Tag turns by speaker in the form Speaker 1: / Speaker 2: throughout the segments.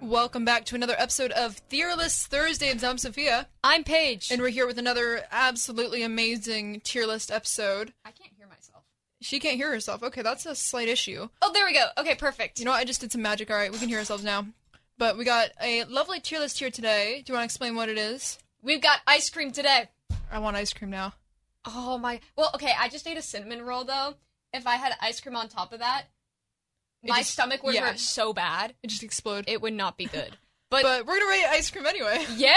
Speaker 1: Welcome back to another episode of Theorless Thursdays. I'm Sophia,
Speaker 2: I'm Paige.
Speaker 1: and we're here with another absolutely amazing tier list episode.
Speaker 2: I can't hear myself.
Speaker 1: She can't hear herself. Okay, that's a slight issue.
Speaker 2: Oh, there we go. Okay, perfect.
Speaker 1: You know what? I just did some magic. All right, we can hear ourselves now. But we got a lovely tier list here today. Do you want to explain what it is?
Speaker 2: We've got ice cream today.
Speaker 1: I want ice cream now.
Speaker 2: Oh my. Well, okay. I just ate a cinnamon roll though. If I had ice cream on top of that,
Speaker 1: It
Speaker 2: my
Speaker 1: just-
Speaker 2: stomach would
Speaker 1: yeah.
Speaker 2: hurt so bad.
Speaker 1: It just exploded.
Speaker 2: It would not be good. But,
Speaker 1: But we're gonna rate ice cream anyway.
Speaker 2: yeah.
Speaker 1: Yeah.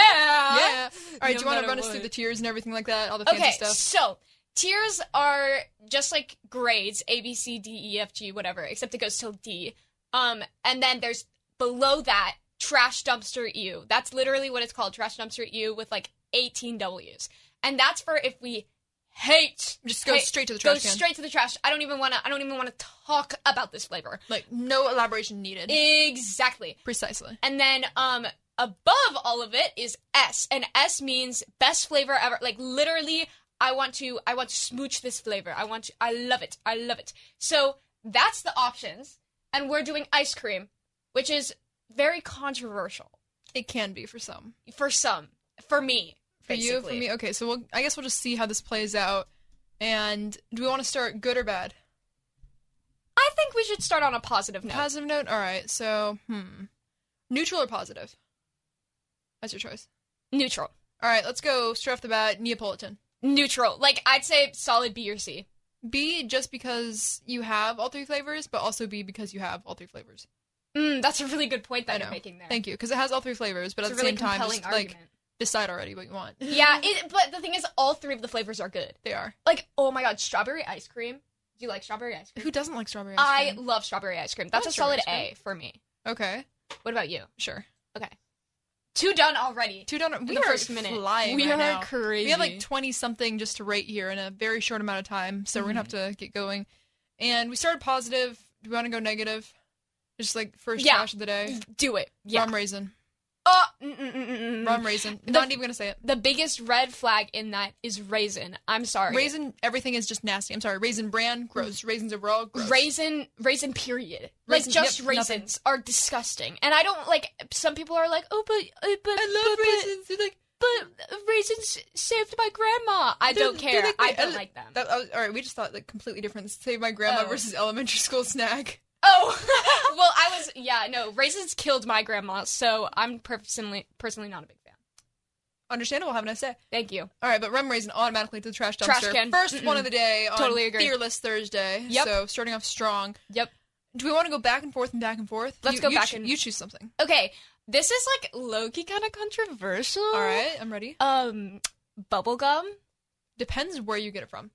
Speaker 1: All right.
Speaker 2: No
Speaker 1: do you want
Speaker 2: matter
Speaker 1: to run us
Speaker 2: what.
Speaker 1: through the tiers and everything like that? All the
Speaker 2: Okay.
Speaker 1: fancy stuff.
Speaker 2: So tiers are just like grades: A, B, C, D, E, F, G, whatever. Except it goes till D. Um, and then there's below that trash dumpster U. That's literally what it's called, trash dumpster U, with like 18 Ws, and that's for if we hate.
Speaker 1: Just go
Speaker 2: Hey,
Speaker 1: straight to the
Speaker 2: Go
Speaker 1: trash can.
Speaker 2: straight to the trash. I don't even want to. I don't even want to talk about this flavor.
Speaker 1: Like no elaboration needed.
Speaker 2: Exactly.
Speaker 1: Precisely.
Speaker 2: And then um above all of it is S. And S means best flavor ever. Like literally I want to I want to smooch this flavor. I want to I love it. I love it. So that's the options and we're doing ice cream, which is very controversial
Speaker 1: It can be for some.
Speaker 2: for some. For me.
Speaker 1: For you, for
Speaker 2: basically.
Speaker 1: me. Okay, so we'll, I guess we'll just see how this plays out. And do we want to start good or bad?
Speaker 2: I think we should start on a positive note.
Speaker 1: Positive note. All right. So, hmm, neutral or positive? That's your choice.
Speaker 2: Neutral.
Speaker 1: All right. Let's go straight off the bat. Neapolitan.
Speaker 2: Neutral. Like I'd say solid B or C.
Speaker 1: B just because you have all three flavors, but also B because you have all three flavors.
Speaker 2: Mm, that's a really good point
Speaker 1: I
Speaker 2: that
Speaker 1: know.
Speaker 2: you're making there.
Speaker 1: Thank you, because it has all three flavors, but
Speaker 2: it's
Speaker 1: at
Speaker 2: a
Speaker 1: the same
Speaker 2: really
Speaker 1: time,
Speaker 2: compelling
Speaker 1: just
Speaker 2: argument.
Speaker 1: like decide already what you want.
Speaker 2: Yeah, it, but the thing is, all three of the flavors are good.
Speaker 1: they are.
Speaker 2: Like, oh my god, strawberry ice cream. Do you like strawberry ice cream?
Speaker 1: Who doesn't like strawberry? Ice
Speaker 2: I
Speaker 1: cream?
Speaker 2: love strawberry ice cream. That's
Speaker 1: like
Speaker 2: a solid
Speaker 1: strawberry
Speaker 2: A for me.
Speaker 1: Okay,
Speaker 2: What about you?
Speaker 1: sure.
Speaker 2: Two done already.
Speaker 1: Two down.
Speaker 2: in
Speaker 1: We
Speaker 2: the
Speaker 1: are
Speaker 2: first minute.
Speaker 1: flying
Speaker 2: we
Speaker 1: right
Speaker 2: are
Speaker 1: now.
Speaker 2: crazy.
Speaker 1: We have like 20 something just to rate here in a very short amount of time, so we're gonna have
Speaker 2: Mm-hmm.
Speaker 1: to get going. And we started positive. Do we want to go negative? Just like first
Speaker 2: Yeah.
Speaker 1: trash of the day.
Speaker 2: Mm, do it. Yeah.
Speaker 1: Rum raisin.
Speaker 2: Oh, mm, mm, mm, mm, mm.
Speaker 1: Rum raisin.
Speaker 2: The-
Speaker 1: Not even gonna say it.
Speaker 2: The biggest red flag in that is raisin. I'm sorry. Mm.
Speaker 1: Raisin. Everything is just nasty. I'm sorry. Raisin bran. Gross. Raisins overall. Gross.
Speaker 2: Raisin, raisin, period.
Speaker 1: Raisin-
Speaker 2: like just
Speaker 1: yep,
Speaker 2: raisins
Speaker 1: nothing.
Speaker 2: are disgusting, and I don't like. Some people are like, "Oh, but, uh, but,
Speaker 1: I
Speaker 2: but-
Speaker 1: love
Speaker 2: but-
Speaker 1: raisins. They're like
Speaker 2: But raisins saved my grandma. I
Speaker 1: They're-
Speaker 2: don't
Speaker 1: they're
Speaker 2: care.
Speaker 1: like my
Speaker 2: I don't
Speaker 1: ele-
Speaker 2: like them.
Speaker 1: that. I was- all right. We just thought like completely different. Save my grandma
Speaker 2: Oh.
Speaker 1: versus elementary school snack.
Speaker 2: oh, well, I was yeah. No, raisins killed my grandma, so I'm personally personally not a big fan.
Speaker 1: Understandable. Have a nice day.
Speaker 2: Thank you.
Speaker 1: All right, but rum raisin automatically to the trash dumpster.
Speaker 2: Trash can.
Speaker 1: 1st one
Speaker 2: Mm-mm.
Speaker 1: of the day on
Speaker 2: Totally agree.
Speaker 1: Fearless Thursday.
Speaker 2: Yep.
Speaker 1: So starting off strong.
Speaker 2: Yep.
Speaker 1: Do we want to go back and forth and back and forth?
Speaker 2: Let's
Speaker 1: You-
Speaker 2: go
Speaker 1: you
Speaker 2: back
Speaker 1: choo-
Speaker 2: and-
Speaker 1: you choose something.
Speaker 2: Okay, this is like low key kind of controversial.
Speaker 1: All right, I'm ready.
Speaker 2: Um, bubblegum.
Speaker 1: Depends where you get it from.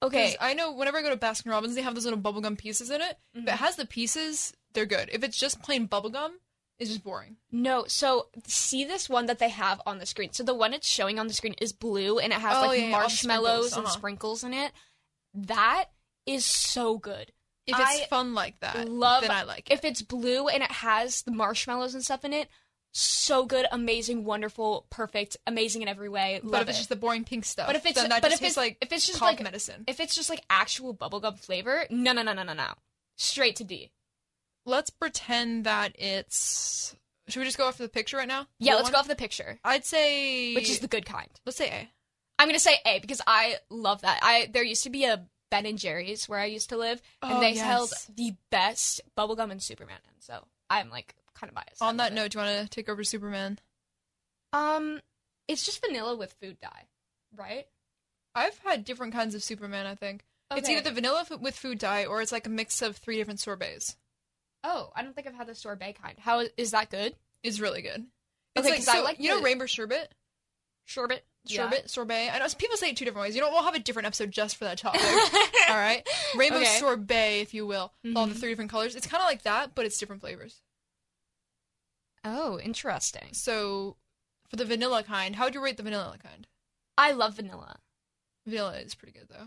Speaker 1: 'Cause
Speaker 2: Okay.
Speaker 1: I know whenever I go to Baskin Robbins, they have those little bubblegum pieces in it. If it
Speaker 2: Mhm.
Speaker 1: has the pieces, they're good. If it's just plain bubblegum, it's just boring.
Speaker 2: No, so see this one that they have on the screen. So the one it's showing on the screen is blue and it has
Speaker 1: Oh,
Speaker 2: like
Speaker 1: yeah, yeah, all the sprinkles,
Speaker 2: marshmallows and
Speaker 1: uh-huh.
Speaker 2: sprinkles in it. That is so good.
Speaker 1: If it's
Speaker 2: I
Speaker 1: fun like that,
Speaker 2: love-
Speaker 1: then I like it.
Speaker 2: if it's blue and it has the marshmallows and stuff in it, so good, amazing, wonderful, perfect, amazing in every way.
Speaker 1: But
Speaker 2: Love
Speaker 1: if it's
Speaker 2: it.
Speaker 1: just the boring pink stuff,
Speaker 2: But if it's-
Speaker 1: then that
Speaker 2: but
Speaker 1: just
Speaker 2: if
Speaker 1: tastes
Speaker 2: it's-
Speaker 1: like
Speaker 2: if it's just,
Speaker 1: cough
Speaker 2: like-
Speaker 1: medicine.
Speaker 2: if it's just like actual bubblegum flavor, no, no, no, no, no, no, straight to D.
Speaker 1: Let's pretend that it's. Should we just go off the picture right now?
Speaker 2: Yeah,
Speaker 1: Blue
Speaker 2: let's
Speaker 1: one?
Speaker 2: go off the picture,
Speaker 1: I'd say
Speaker 2: which is the good kind.
Speaker 1: let's say A.
Speaker 2: I'm gonna say A because I love that. I there used to be a Ben and Jerry's where I used to live, and
Speaker 1: Oh,
Speaker 2: they
Speaker 1: yes.
Speaker 2: held the best bubblegum and Superman, and so I'm like kind of biased. I
Speaker 1: On
Speaker 2: love
Speaker 1: that
Speaker 2: it.
Speaker 1: note, do you want to take over Superman?
Speaker 2: um, it's just vanilla with food dye, right?
Speaker 1: I've had different kinds of Superman. I think it's
Speaker 2: Okay.
Speaker 1: either the vanilla f- with food dye or it's like a mix of three different sorbets.
Speaker 2: Oh, I don't think I've had the sorbet kind. How is that good?
Speaker 1: It's really good. It's
Speaker 2: Okay,
Speaker 1: like,
Speaker 2: 'cause I
Speaker 1: so-
Speaker 2: like
Speaker 1: you know
Speaker 2: the-
Speaker 1: rainbow sherbet,
Speaker 2: Sherbet.
Speaker 1: sherbet, sorbet. I know people say it two different ways. You know, we'll have a different episode just for that topic. All right, rainbow
Speaker 2: Okay.
Speaker 1: sorbet, if you will, with all the
Speaker 2: Mhm.
Speaker 1: three different colors. It's kind of like that, but it's different flavors.
Speaker 2: Oh, interesting.
Speaker 1: So, for the vanilla kind, how would you rate the vanilla kind?
Speaker 2: I love vanilla.
Speaker 1: Vanilla is pretty good though.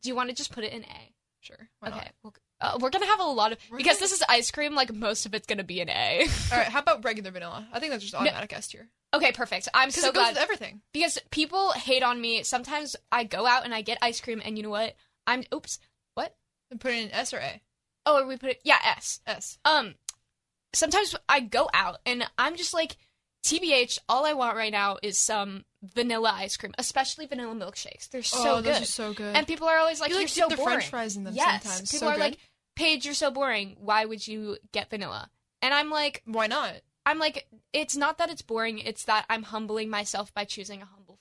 Speaker 2: Do you want to just put it in A?
Speaker 1: Sure. Why
Speaker 2: okay.
Speaker 1: Not?
Speaker 2: Well, uh, we're gonna have a lot of
Speaker 1: We're
Speaker 2: because
Speaker 1: gonna-
Speaker 2: this is ice cream. Like most of it's gonna be an A.
Speaker 1: All right. How about regular vanilla? I think that's just automatic S tier.
Speaker 2: okay, perfect. I'm
Speaker 1: Because
Speaker 2: so
Speaker 1: it goes
Speaker 2: glad
Speaker 1: with everything.
Speaker 2: because people hate on me. Sometimes I go out and I get ice cream, and you know what? I'm oops.
Speaker 1: And put it in S or A?
Speaker 2: Oh, we put it yeah S.
Speaker 1: S.
Speaker 2: Um, sometimes I go out and I'm just like, TBH, all I want right now is some vanilla ice cream, especially vanilla milkshakes. They're so
Speaker 1: oh,
Speaker 2: good.
Speaker 1: those are so good.
Speaker 2: and people are always like,
Speaker 1: you
Speaker 2: are
Speaker 1: like
Speaker 2: so
Speaker 1: dip the
Speaker 2: boring.
Speaker 1: French fries in them
Speaker 2: yes.
Speaker 1: sometimes.
Speaker 2: People
Speaker 1: so
Speaker 2: are
Speaker 1: good.
Speaker 2: like, Paige, you're so boring. Why would you get vanilla? And I'm like,
Speaker 1: why not?
Speaker 2: I'm like, it's not that it's boring. It's that I'm humbling myself by choosing a humble flavor.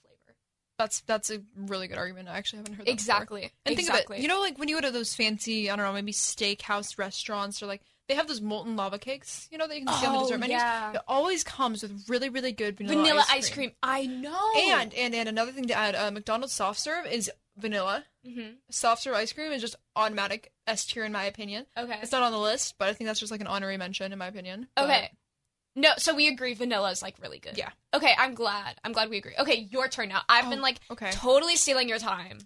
Speaker 1: That's that's a really good argument. I actually haven't heard that before.
Speaker 2: Exactly.
Speaker 1: And
Speaker 2: exactly.
Speaker 1: think of it. You know, like when you go to those fancy, I don't know, maybe steakhouse restaurants or like they have those molten lava cakes, you know, that you can see on the dessert menus.
Speaker 2: Oh, yeah.
Speaker 1: It always comes with really, really good vanilla,
Speaker 2: vanilla, ice, cream. Oh. I know.
Speaker 1: And and and another thing to add, uh, McDonald's soft serve is vanilla.
Speaker 2: Mhm.
Speaker 1: Soft serve ice cream is just automatic S tier in my opinion.
Speaker 2: okay,
Speaker 1: It's not on the list, but I think that's just like an honorary mention in my opinion. But-
Speaker 2: okay. No, so we agree. Vanilla is like really good.
Speaker 1: Yeah.
Speaker 2: Okay, I'm glad. I'm glad we agree. Okay, your turn now. I've been
Speaker 1: Oh,
Speaker 2: like
Speaker 1: Okay.
Speaker 2: totally stealing your time.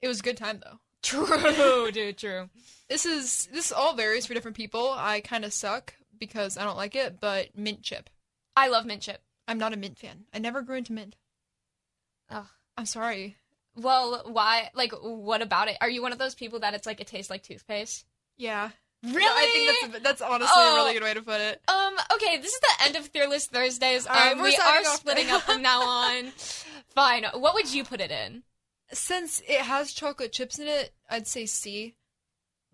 Speaker 1: It was a good time though.
Speaker 2: True, dude. True.
Speaker 1: This is this all varies for different people. I kind of suck because I don't like it, but mint chip.
Speaker 2: I love mint chip.
Speaker 1: I'm not a mint fan. I never grew into mint.
Speaker 2: Ugh.
Speaker 1: I'm sorry.
Speaker 2: Well, why? Like, what about it? Are you one of those people that it's like it tastes like toothpaste?
Speaker 1: Yeah.
Speaker 2: Really?
Speaker 1: I think that's a, that's honestly
Speaker 2: Oh.
Speaker 1: a really good way to put it.
Speaker 2: Um, okay, this is the end of Fearless Thursdays.
Speaker 1: All right,
Speaker 2: um,
Speaker 1: we're
Speaker 2: we are
Speaker 1: signing off.
Speaker 2: splitting up from now on. Fine. What would you put it in?
Speaker 1: Since it has chocolate chips in it, I'd say C.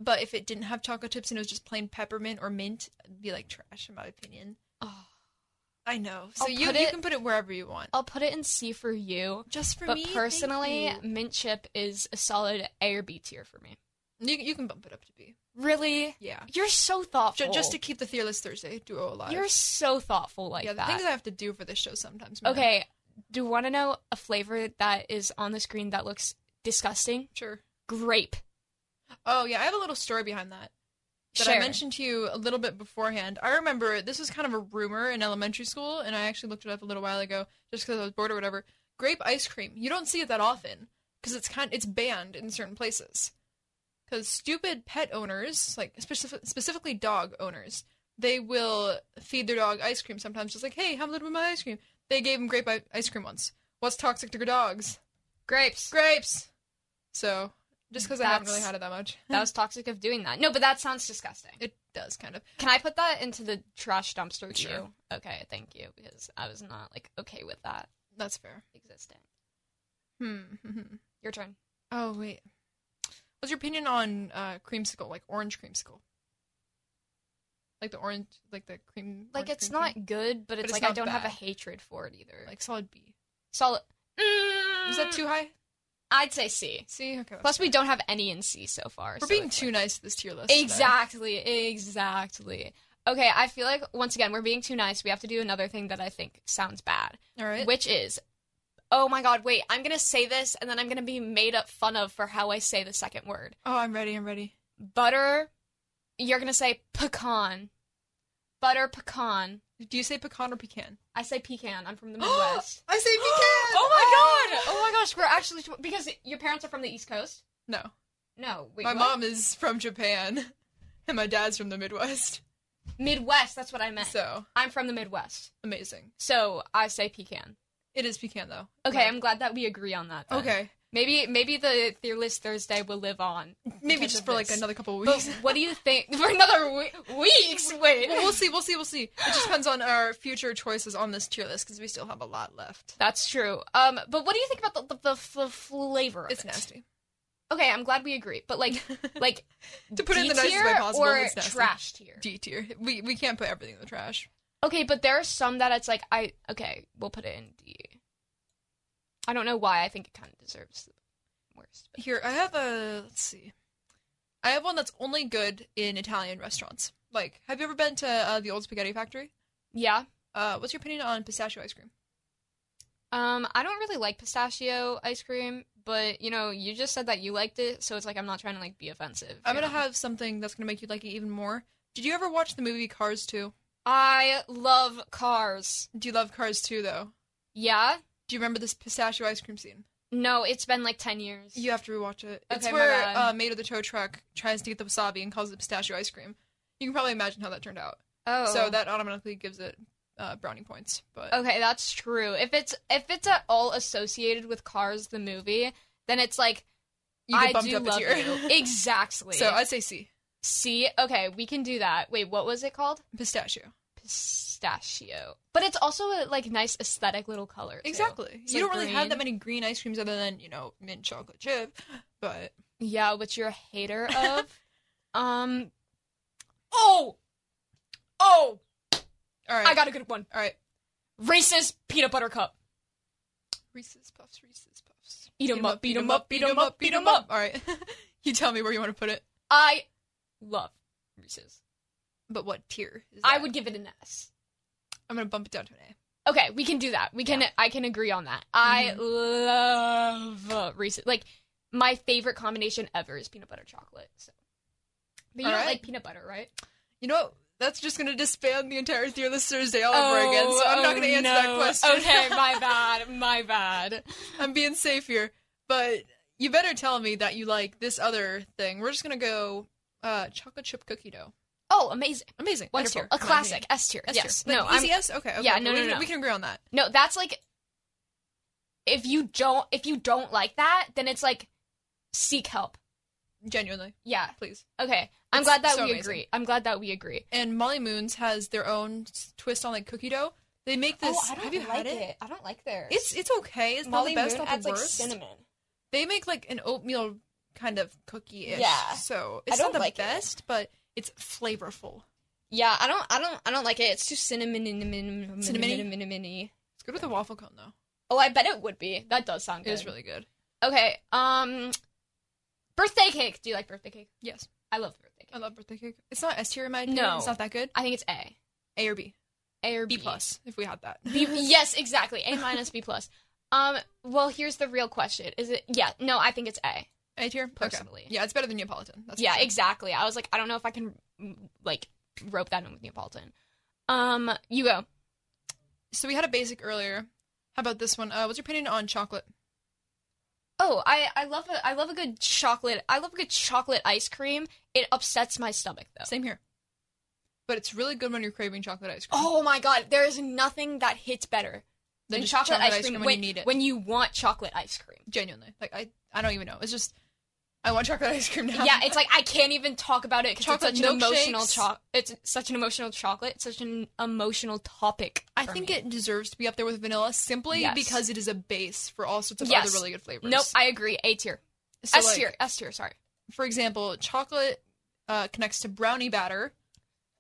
Speaker 1: But if it didn't have chocolate chips and it was just plain peppermint or mint, it'd be like trash in my opinion.
Speaker 2: Oh,
Speaker 1: I know. So
Speaker 2: I'll
Speaker 1: you,
Speaker 2: put
Speaker 1: you
Speaker 2: it-
Speaker 1: can put it wherever you want.
Speaker 2: I'll put it in C for you.
Speaker 1: Just for
Speaker 2: but
Speaker 1: me, thank
Speaker 2: personally,
Speaker 1: you.
Speaker 2: mint chip is a solid A or B tier for me.
Speaker 1: you you can bump it up to B.
Speaker 2: Really?
Speaker 1: Yeah.
Speaker 2: You're so
Speaker 1: Ju-
Speaker 2: thoughtful.
Speaker 1: Just to keep the Fearless Thursday duo alive.
Speaker 2: You're so thoughtful like
Speaker 1: yeah, the
Speaker 2: that.
Speaker 1: things I have to do for this show sometimes. man.
Speaker 2: okay, do you want to know a flavor that is on the screen that looks disgusting?
Speaker 1: Sure.
Speaker 2: Grape.
Speaker 1: Oh yeah, I have a little story behind that. that I
Speaker 2: Share.
Speaker 1: mentioned to you a little bit beforehand. I remember this was kind of a rumor in elementary school, and I actually looked it up a little while ago just because I was bored or whatever. Grape ice cream. You don't see it that often because it's kind it's banned in certain places. Because stupid pet owners, like specif- specifically dog owners, they will feed their dog ice cream sometimes. Just like, hey, have a little bit of my ice cream. They gave him grape I- ice cream once. What's toxic to dogs?
Speaker 2: Grapes.
Speaker 1: Grapes. So just because I haven't really
Speaker 2: That's-
Speaker 1: had it that much,
Speaker 2: That was toxic of doing that. No, but that sounds disgusting.
Speaker 1: it does kind of.
Speaker 2: Can I put that into the trash dumpster too?
Speaker 1: Sure.
Speaker 2: Okay, thank you because I was not like okay with that
Speaker 1: That's fair.
Speaker 2: existing.
Speaker 1: Hmm.
Speaker 2: Your turn.
Speaker 1: Oh wait, what's your opinion on uh, creamsicle, like orange creamsicle, like the orange, like the cream?
Speaker 2: Like
Speaker 1: orange
Speaker 2: it's
Speaker 1: cream
Speaker 2: not
Speaker 1: cream?
Speaker 2: good, but it's
Speaker 1: it's
Speaker 2: like I
Speaker 1: not
Speaker 2: don't have a
Speaker 1: bad.
Speaker 2: hatred for it either. Like
Speaker 1: like solid B.
Speaker 2: solid.
Speaker 1: Is that too high?
Speaker 2: I'd say C.
Speaker 1: C. Okay.
Speaker 2: Plus, we don't have any in C so far.
Speaker 1: we're
Speaker 2: so
Speaker 1: being
Speaker 2: it's,
Speaker 1: too
Speaker 2: like-
Speaker 1: nice to this tier list. today.
Speaker 2: Exactly. Exactly. Okay, I feel like once again we're being too nice. We have to do another thing that I think sounds bad,
Speaker 1: All right.
Speaker 2: which is, oh my god, wait, I'm gonna say this and then I'm gonna be made up fun of for how I say the second word.
Speaker 1: oh, I'm ready. I'm ready.
Speaker 2: butter you're gonna say pecan butter pecan
Speaker 1: Do you say pecan or pecan?
Speaker 2: i say pecan i'm from the midwest
Speaker 1: I say pecan.
Speaker 2: oh my god oh my gosh we're actually because your parents are from the east coast
Speaker 1: No,
Speaker 2: no wait
Speaker 1: my
Speaker 2: what?
Speaker 1: mom is from Japan, and my dad's from the Midwest.
Speaker 2: midwest that's what i meant
Speaker 1: So
Speaker 2: i'm from the midwest
Speaker 1: amazing.
Speaker 2: so i say pecan
Speaker 1: It is pecan though.
Speaker 2: okay
Speaker 1: Right.
Speaker 2: i'm glad that we agree on that then.
Speaker 1: okay.
Speaker 2: maybe maybe the fearless thursday will live on
Speaker 1: Maybe
Speaker 2: because
Speaker 1: just
Speaker 2: of
Speaker 1: for like
Speaker 2: this.
Speaker 1: another couple of
Speaker 2: but
Speaker 1: weeks.
Speaker 2: what do you think for another we- weeks wait
Speaker 1: well, we'll see. We'll see. We'll see. It just depends on our future choices on this tier list because we still have a lot left.
Speaker 2: that's true um but what do you think about the the, the, the flavor of
Speaker 1: It's
Speaker 2: it?
Speaker 1: nasty.
Speaker 2: Okay, I'm glad we agree, but like, like
Speaker 1: To put it in the nicest
Speaker 2: D-tier
Speaker 1: way possible,
Speaker 2: or
Speaker 1: it's nasty.
Speaker 2: trash tier.
Speaker 1: D tier. We we can't put everything in the trash.
Speaker 2: okay, but there are some that it's like I okay, we'll put it in D. I don't know why. I think it kind of deserves the worst. but-
Speaker 1: Here, I have a. Let's see. I have one that's only good in Italian restaurants. Like, have you ever been to uh, the Old Spaghetti Factory?
Speaker 2: Yeah.
Speaker 1: Uh, what's your opinion on pistachio ice cream?
Speaker 2: Um, I don't really like pistachio ice cream, but you know, you just said that you liked it, so it's like I'm not trying to like be offensive.
Speaker 1: I'm
Speaker 2: you
Speaker 1: gonna
Speaker 2: know?
Speaker 1: have something that's gonna make you like it even more. Did you ever watch the movie Cars 2?
Speaker 2: I love cars.
Speaker 1: Do you love Cars 2 though?
Speaker 2: Yeah.
Speaker 1: Do you remember this pistachio ice cream scene?
Speaker 2: No, it's been like ten years.
Speaker 1: You have to rewatch it. It's
Speaker 2: Okay, my
Speaker 1: where
Speaker 2: bad.
Speaker 1: uh, Maid of the Tow Truck tries to get the wasabi and calls it pistachio ice cream. You can probably imagine how that turned out.
Speaker 2: Oh.
Speaker 1: So that automatically gives it uh, brownie points. But
Speaker 2: Okay, that's true. If it's if it's at all associated with Cars the movie, then it's like
Speaker 1: you get
Speaker 2: I
Speaker 1: bumped
Speaker 2: do
Speaker 1: up a
Speaker 2: love
Speaker 1: tier.
Speaker 2: you. Exactly.
Speaker 1: so I say C.
Speaker 2: See, okay, we can do that. Wait, what was it called?
Speaker 1: Pistachio.
Speaker 2: Pistachio. But it's also a like nice aesthetic little color. too.
Speaker 1: Exactly.
Speaker 2: It's
Speaker 1: you
Speaker 2: like
Speaker 1: don't really have that
Speaker 2: green.
Speaker 1: many green ice creams other than, you know, mint chocolate chip. But
Speaker 2: Yeah, which you're a hater of. um. Oh, oh!
Speaker 1: all right.
Speaker 2: I got a good one.
Speaker 1: all right.
Speaker 2: Reese's peanut butter cup.
Speaker 1: Reese's puffs, Reese's puffs.
Speaker 2: Eat 'em up,
Speaker 1: beat
Speaker 2: eat
Speaker 1: 'em
Speaker 2: 'em up,
Speaker 1: beat
Speaker 2: eat
Speaker 1: 'em
Speaker 2: 'em up,
Speaker 1: beat
Speaker 2: eat
Speaker 1: 'em
Speaker 2: 'em
Speaker 1: up. All right. you tell me where you want to put it.
Speaker 2: I love Reese's.
Speaker 1: But what tier? Is
Speaker 2: I
Speaker 1: that?
Speaker 2: would give it an S.
Speaker 1: I'm gonna bump it down to an A.
Speaker 2: Okay, we can do that. We can. I can agree on
Speaker 1: Mm-hmm.
Speaker 2: that. I love uh, Reese's. Like my favorite combination ever is peanut butter chocolate. So. But you
Speaker 1: All
Speaker 2: don't
Speaker 1: right.
Speaker 2: like peanut butter, right?
Speaker 1: You know what? That's just gonna disband the entire Dear Listeners Day all over again. So I'm not gonna answer that question.
Speaker 2: Oh, Okay, my bad. My bad.
Speaker 1: I'm being safe here. But you better tell me that you like this other thing. We're just gonna go uh, chocolate chip cookie dough.
Speaker 2: Oh, amazing.
Speaker 1: Amazing. S
Speaker 2: Wonderful.
Speaker 1: tier,
Speaker 2: A
Speaker 1: in my
Speaker 2: classic.
Speaker 1: opinion.
Speaker 2: S tier.
Speaker 1: S tier.
Speaker 2: Yes.
Speaker 1: Like,
Speaker 2: no, I'm-
Speaker 1: easy S. Okay. okay.
Speaker 2: Yeah,
Speaker 1: okay,
Speaker 2: no,
Speaker 1: we
Speaker 2: no,
Speaker 1: can-
Speaker 2: no.
Speaker 1: We can agree on that.
Speaker 2: No, that's like if you don't if you don't like that, then it's like seek help.
Speaker 1: Genuinely,
Speaker 2: Yeah.
Speaker 1: please.
Speaker 2: Okay. I'm
Speaker 1: It's
Speaker 2: glad that
Speaker 1: so
Speaker 2: we
Speaker 1: amazing.
Speaker 2: agree. I'm glad that we agree.
Speaker 1: And Molly Moon's has their own s- twist on like cookie dough. They make this. have you had it?
Speaker 2: Oh, I don't like theirs.
Speaker 1: It's it's okay. It's
Speaker 2: Molly
Speaker 1: not the best,
Speaker 2: Moon
Speaker 1: not
Speaker 2: adds
Speaker 1: the
Speaker 2: like
Speaker 1: worst.
Speaker 2: cinnamon.
Speaker 1: they make like an oatmeal kind of cookie ish.
Speaker 2: Yeah.
Speaker 1: So it's
Speaker 2: don't
Speaker 1: not the
Speaker 2: like it.
Speaker 1: best, but it's flavorful.
Speaker 2: Yeah, I don't I don't I don't like it. It's too cinnamon in cinnamon
Speaker 1: Cinnamony?
Speaker 2: cinnamon
Speaker 1: It's good with a waffle cone though.
Speaker 2: Oh, I bet it would be. That does sound good.
Speaker 1: It is really good.
Speaker 2: Okay. Um birthday cake. Do you like birthday cake?
Speaker 1: Yes.
Speaker 2: I love birthday cake.
Speaker 1: I love birthday cake. It's not S tier in my opinion.
Speaker 2: No.
Speaker 1: It's not that good.
Speaker 2: I think it's A.
Speaker 1: A or B.
Speaker 2: A or
Speaker 1: B plus if we had that.
Speaker 2: B, yes, exactly. A minus B plus. Um. Well, here's the real question: Is it? Yeah. No, I think it's A.
Speaker 1: A tier
Speaker 2: Personally.
Speaker 1: Okay. Yeah, it's better than Neapolitan. That's for
Speaker 2: yeah,
Speaker 1: sure.
Speaker 2: exactly. I was like, I don't know if I can mm, like rope that in with Neapolitan. Um. You go.
Speaker 1: so we had a basic earlier. How about this one? Uh, what's your opinion on chocolate?
Speaker 2: Oh, I I love a I love a good chocolate. I love a good chocolate ice cream. It upsets my stomach though.
Speaker 1: Same here. But it's really good when you're craving chocolate ice cream.
Speaker 2: Oh my god, there is nothing that hits better
Speaker 1: Than
Speaker 2: than
Speaker 1: just
Speaker 2: chocolate, ice cream,
Speaker 1: when,
Speaker 2: when
Speaker 1: you need it.
Speaker 2: when you want chocolate ice cream.
Speaker 1: Genuinely. Like I I don't even know. It's just I want chocolate ice cream now.
Speaker 2: yeah, it's like I can't even talk about it because it's
Speaker 1: Chocolate
Speaker 2: such an emotional
Speaker 1: milkshakes.
Speaker 2: cho- It's such an emotional chocolate. It's such an emotional topic.
Speaker 1: I
Speaker 2: for
Speaker 1: think
Speaker 2: me.
Speaker 1: it deserves to be up there with vanilla simply
Speaker 2: Yes.
Speaker 1: because it is a base for all sorts of
Speaker 2: Yes.
Speaker 1: other really good flavors.
Speaker 2: Nope, I agree. A tier,
Speaker 1: So,
Speaker 2: S
Speaker 1: like, Mm-hmm.
Speaker 2: tier, S tier. Sorry,
Speaker 1: For example, chocolate uh, connects to brownie batter,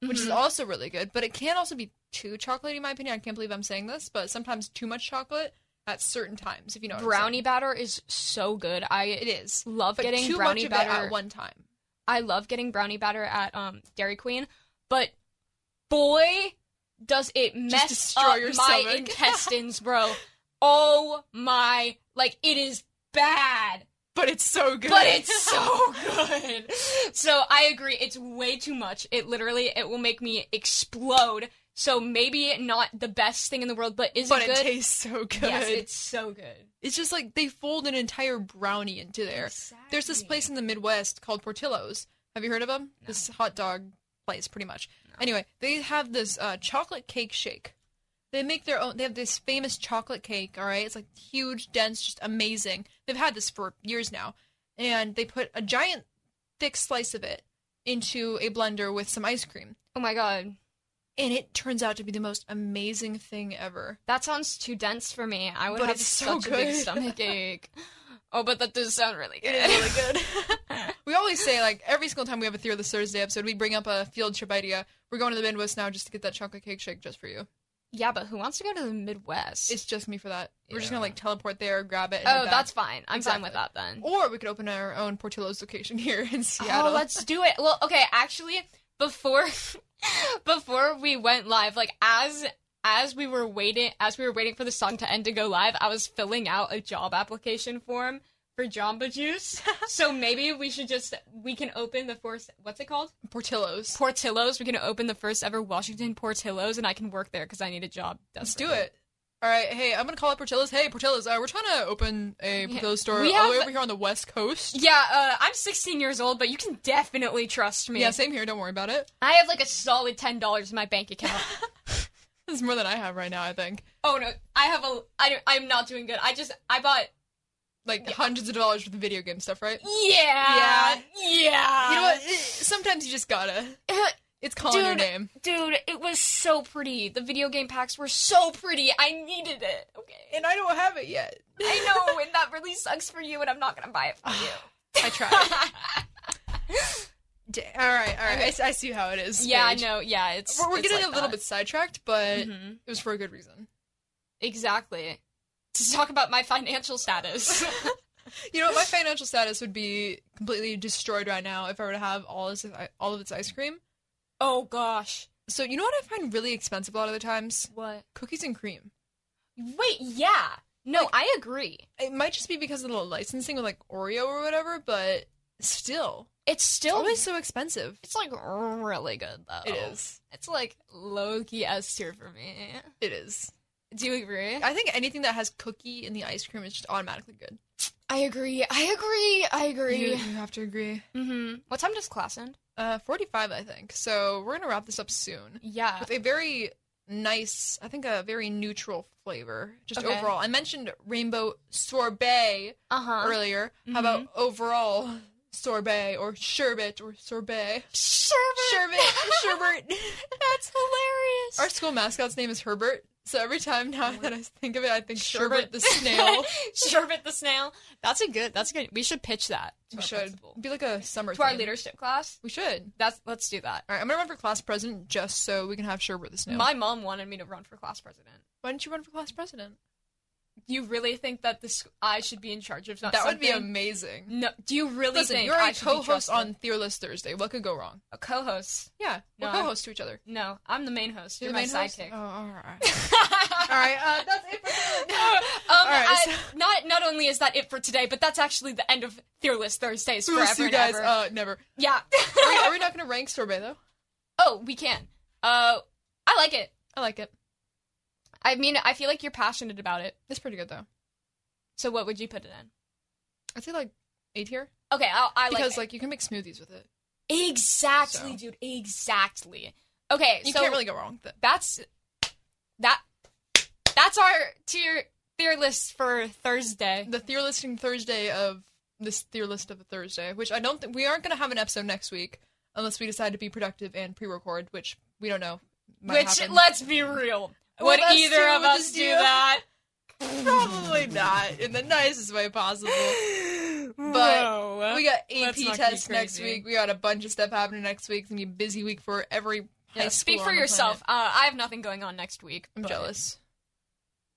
Speaker 1: which
Speaker 2: Mm-hmm.
Speaker 1: is also really good, but it can also be too chocolatey, in my opinion. I can't believe I'm saying this, but sometimes too much chocolate at certain times, if you know what
Speaker 2: brownie
Speaker 1: I'm
Speaker 2: batter is so good. I
Speaker 1: saying. It is.
Speaker 2: love
Speaker 1: But
Speaker 2: getting
Speaker 1: too
Speaker 2: brownie
Speaker 1: much
Speaker 2: batter.
Speaker 1: of it at one time.
Speaker 2: I love getting brownie batter at um Dairy Queen, but boy, does it mess
Speaker 1: destroy
Speaker 2: up
Speaker 1: your
Speaker 2: my
Speaker 1: stomach.
Speaker 2: intestines, bro. Oh my, like it is bad.
Speaker 1: But it's so good.
Speaker 2: but it's so good. So I agree. It's way too much. It literally it will make me explode. So maybe not the best thing in the world, but is
Speaker 1: But
Speaker 2: it
Speaker 1: it,
Speaker 2: good?
Speaker 1: tastes so good.
Speaker 2: Yes, it's so good.
Speaker 1: it's just like they fold an entire brownie into there. There's this place in the Midwest called Portillo's. Have you heard of them? This hot dog place, pretty much. Anyway, they have this uh, chocolate cake shake. They make their own. They have this famous chocolate cake. All right, it's like huge, dense, just amazing. They've had this for years now, and they put a giant, thick slice of it into a blender with some ice cream,
Speaker 2: Oh my god,
Speaker 1: and it turns out to be the most amazing thing ever.
Speaker 2: that sounds too dense for me. I would
Speaker 1: But
Speaker 2: have
Speaker 1: it's so
Speaker 2: such a big
Speaker 1: good.
Speaker 2: stomach ache. Oh, but that does sound really good. good.
Speaker 1: We always say like every single time we have a Theory of the Thursday episode, we bring up a field trip idea. We're going to the Midwest now just to get that chocolate cake shake just for you.
Speaker 2: yeah, but who wants to go to the Midwest?
Speaker 1: It's just me for that. We're just
Speaker 2: Yeah.
Speaker 1: gonna like teleport there, grab it. And
Speaker 2: oh,
Speaker 1: head back.
Speaker 2: that's fine. I'm fine with that
Speaker 1: Exactly.
Speaker 2: then.
Speaker 1: Or we could open our own Portillo's location here in Seattle.
Speaker 2: Oh, let's do it. Well, okay, actually, before before we went live, like as as we were waiting as we were waiting for the song to end to go live, I was filling out a job application form for Jamba Juice. so maybe we should just we can open the first what's it called?
Speaker 1: Portillo's.
Speaker 2: Portillo's. We can open the first ever Washington Portillo's and I can work there cuz I need a job.
Speaker 1: Let's do it. All right, hey, I'm gonna call up Portillo's. Hey, Portillo's, uh, we're trying to open a Portillo's store
Speaker 2: We
Speaker 1: all the way
Speaker 2: have-
Speaker 1: over here on the West Coast.
Speaker 2: Yeah, uh, I'm 16 years old, but you can definitely trust me.
Speaker 1: Yeah, same here. Don't worry about it.
Speaker 2: I have like a solid $10 in my bank account.
Speaker 1: It's more than I have right now. I think.
Speaker 2: Oh no, I have a. I, I'm not doing good. I just I bought
Speaker 1: like hundreds of dollars worth of video game stuff, right?
Speaker 2: Yeah. Yeah. Yeah.
Speaker 1: you know what? It- Sometimes you just gotta. It's calling your
Speaker 2: Dude.
Speaker 1: name.
Speaker 2: Dude, it was so pretty. The video game packs were so pretty. I needed it. Okay.
Speaker 1: And I don't have it yet.
Speaker 2: I know, and that really sucks for you, and I'm not gonna buy it for you.
Speaker 1: I tried. D- all right, all right. I s- I, see how it is.
Speaker 2: yeah,
Speaker 1: Paige.
Speaker 2: no, yeah, it's
Speaker 1: We're, we're
Speaker 2: it's
Speaker 1: getting
Speaker 2: like
Speaker 1: a little
Speaker 2: that.
Speaker 1: bit sidetracked, but
Speaker 2: Mhm.
Speaker 1: it was for a good reason.
Speaker 2: Exactly. To talk about my financial status.
Speaker 1: You know, my financial status would be completely destroyed right now if I were to have all this, all of its ice cream.
Speaker 2: oh gosh.
Speaker 1: So you know what I find really expensive a lot of the times?
Speaker 2: What?
Speaker 1: Cookies and cream.
Speaker 2: Wait, yeah. No, I agree.
Speaker 1: It might just be because of the licensing with like Oreo or whatever, but still, it's
Speaker 2: It's still
Speaker 1: always so expensive.
Speaker 2: it's like really good though.
Speaker 1: It is.
Speaker 2: It's like low key S tier for me.
Speaker 1: It is.
Speaker 2: Do you agree?
Speaker 1: I think anything that has cookie in the ice cream is just automatically good.
Speaker 2: I agree. I agree. I
Speaker 1: You, you have to agree.
Speaker 2: hmm What time does class end?
Speaker 1: Uh, 45, I think. So we're gonna wrap this up soon
Speaker 2: Yeah.
Speaker 1: with a very nice, I think, a very neutral flavor just
Speaker 2: Okay.
Speaker 1: overall. I mentioned rainbow sorbet
Speaker 2: Uh huh.
Speaker 1: earlier. How about
Speaker 2: Mm-hmm.
Speaker 1: overall sorbet or sherbet or sorbet? Sherbet, sherbet.
Speaker 2: That's hilarious.
Speaker 1: Our school mascot's name is Herbert. So every time now that I think of it, I think Sherbert, the
Speaker 2: Oh. Sherbet.
Speaker 1: snail.
Speaker 2: Sherbet the snail. That's a good. That's a good. We should pitch that. To
Speaker 1: we
Speaker 2: our
Speaker 1: should
Speaker 2: principal.
Speaker 1: be like a summer
Speaker 2: to our
Speaker 1: thing.
Speaker 2: leadership class.
Speaker 1: We should.
Speaker 2: That's let's do that.
Speaker 1: All right, I'm gonna run for class president just so we can have Sherbert the snail.
Speaker 2: My mom wanted me to run for class president.
Speaker 1: Why didn't you run for class president?
Speaker 2: You really think that this I should be in charge of not
Speaker 1: That would be
Speaker 2: Uh, something?
Speaker 1: amazing.
Speaker 2: No, do you really
Speaker 1: Listen,
Speaker 2: think
Speaker 1: you're
Speaker 2: I
Speaker 1: a
Speaker 2: should be
Speaker 1: co-host
Speaker 2: trusted?
Speaker 1: on Fearless Thursday. What could go wrong?
Speaker 2: a co-host?
Speaker 1: Yeah, we're
Speaker 2: No, I-
Speaker 1: co-hosts to each other.
Speaker 2: No, I'm the main host. You're,
Speaker 1: the
Speaker 2: my
Speaker 1: main host?
Speaker 2: sidekick.
Speaker 1: Oh, all right. all right, uh, that's it for
Speaker 2: um,
Speaker 1: today. right,
Speaker 2: I-
Speaker 1: so-
Speaker 2: not not only is that it for today, but that's actually the end of Fearless Thursdays
Speaker 1: We'll
Speaker 2: forever
Speaker 1: see you
Speaker 2: and
Speaker 1: guys.
Speaker 2: ever.
Speaker 1: Uh, never.
Speaker 2: yeah.
Speaker 1: Are we, are we not gonna rank sorbet though?
Speaker 2: oh, we can. Uh, I like it.
Speaker 1: I like it.
Speaker 2: I mean, I feel like you're passionate about it.
Speaker 1: It's pretty good though.
Speaker 2: So what would you put it in?
Speaker 1: I'd say like A tier
Speaker 2: Okay, I, I like
Speaker 1: because
Speaker 2: it.
Speaker 1: like you can make smoothies with it.
Speaker 2: exactly,
Speaker 1: So.
Speaker 2: dude, exactly. Okay,
Speaker 1: You
Speaker 2: so
Speaker 1: can't really go wrong with it.
Speaker 2: that's that that's our tier tier list for Thursday.
Speaker 1: The tier listing Thursday of this tier list of a Thursday, which I don't think we aren't gonna have an episode next week unless we decide to be productive and pre-record, which we don't know. Might
Speaker 2: Which
Speaker 1: happen.
Speaker 2: let's be real,
Speaker 1: Would
Speaker 2: would
Speaker 1: us two
Speaker 2: either of
Speaker 1: with
Speaker 2: us
Speaker 1: this
Speaker 2: do
Speaker 1: deal?
Speaker 2: that?
Speaker 1: Probably not in the nicest way possible.
Speaker 2: But
Speaker 1: We got AP
Speaker 2: Let's not be
Speaker 1: tests next
Speaker 2: crazy.
Speaker 1: week. We got a bunch of stuff happening next week. It's gonna be a busy week for every. high
Speaker 2: Yeah, speak
Speaker 1: schooler
Speaker 2: for
Speaker 1: on the
Speaker 2: yourself.
Speaker 1: planet.
Speaker 2: Uh, I have nothing going on next week.
Speaker 1: I'm
Speaker 2: but-
Speaker 1: jealous.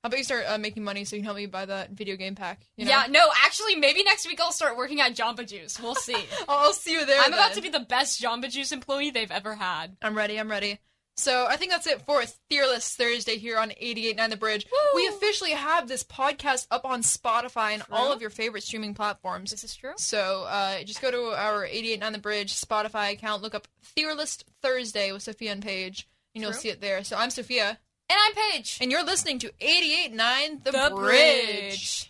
Speaker 1: How about you start uh, making money so you can help me buy that video game pack? You know?
Speaker 2: Yeah, no, actually, maybe next week I'll start working on Jamba Juice. We'll see.
Speaker 1: I'll I'll see you there.
Speaker 2: I'm about to
Speaker 1: then.
Speaker 2: be the best Jamba Juice employee they've ever had.
Speaker 1: I'm ready. I'm ready. So I think that's it for Fearless Thursday here on 889 The Bridge. We
Speaker 2: Woo!
Speaker 1: officially have this podcast up on Spotify and
Speaker 2: True.
Speaker 1: all of your favorite streaming platforms.
Speaker 2: This is true.
Speaker 1: So uh, just go to our 889 The Bridge Spotify account, look up Fearless Thursday with Sophia and Paige, and you'll
Speaker 2: True.
Speaker 1: see it there. So I'm Sophia,
Speaker 2: And I'm Paige.
Speaker 1: and you're listening to 889 The, Bridge.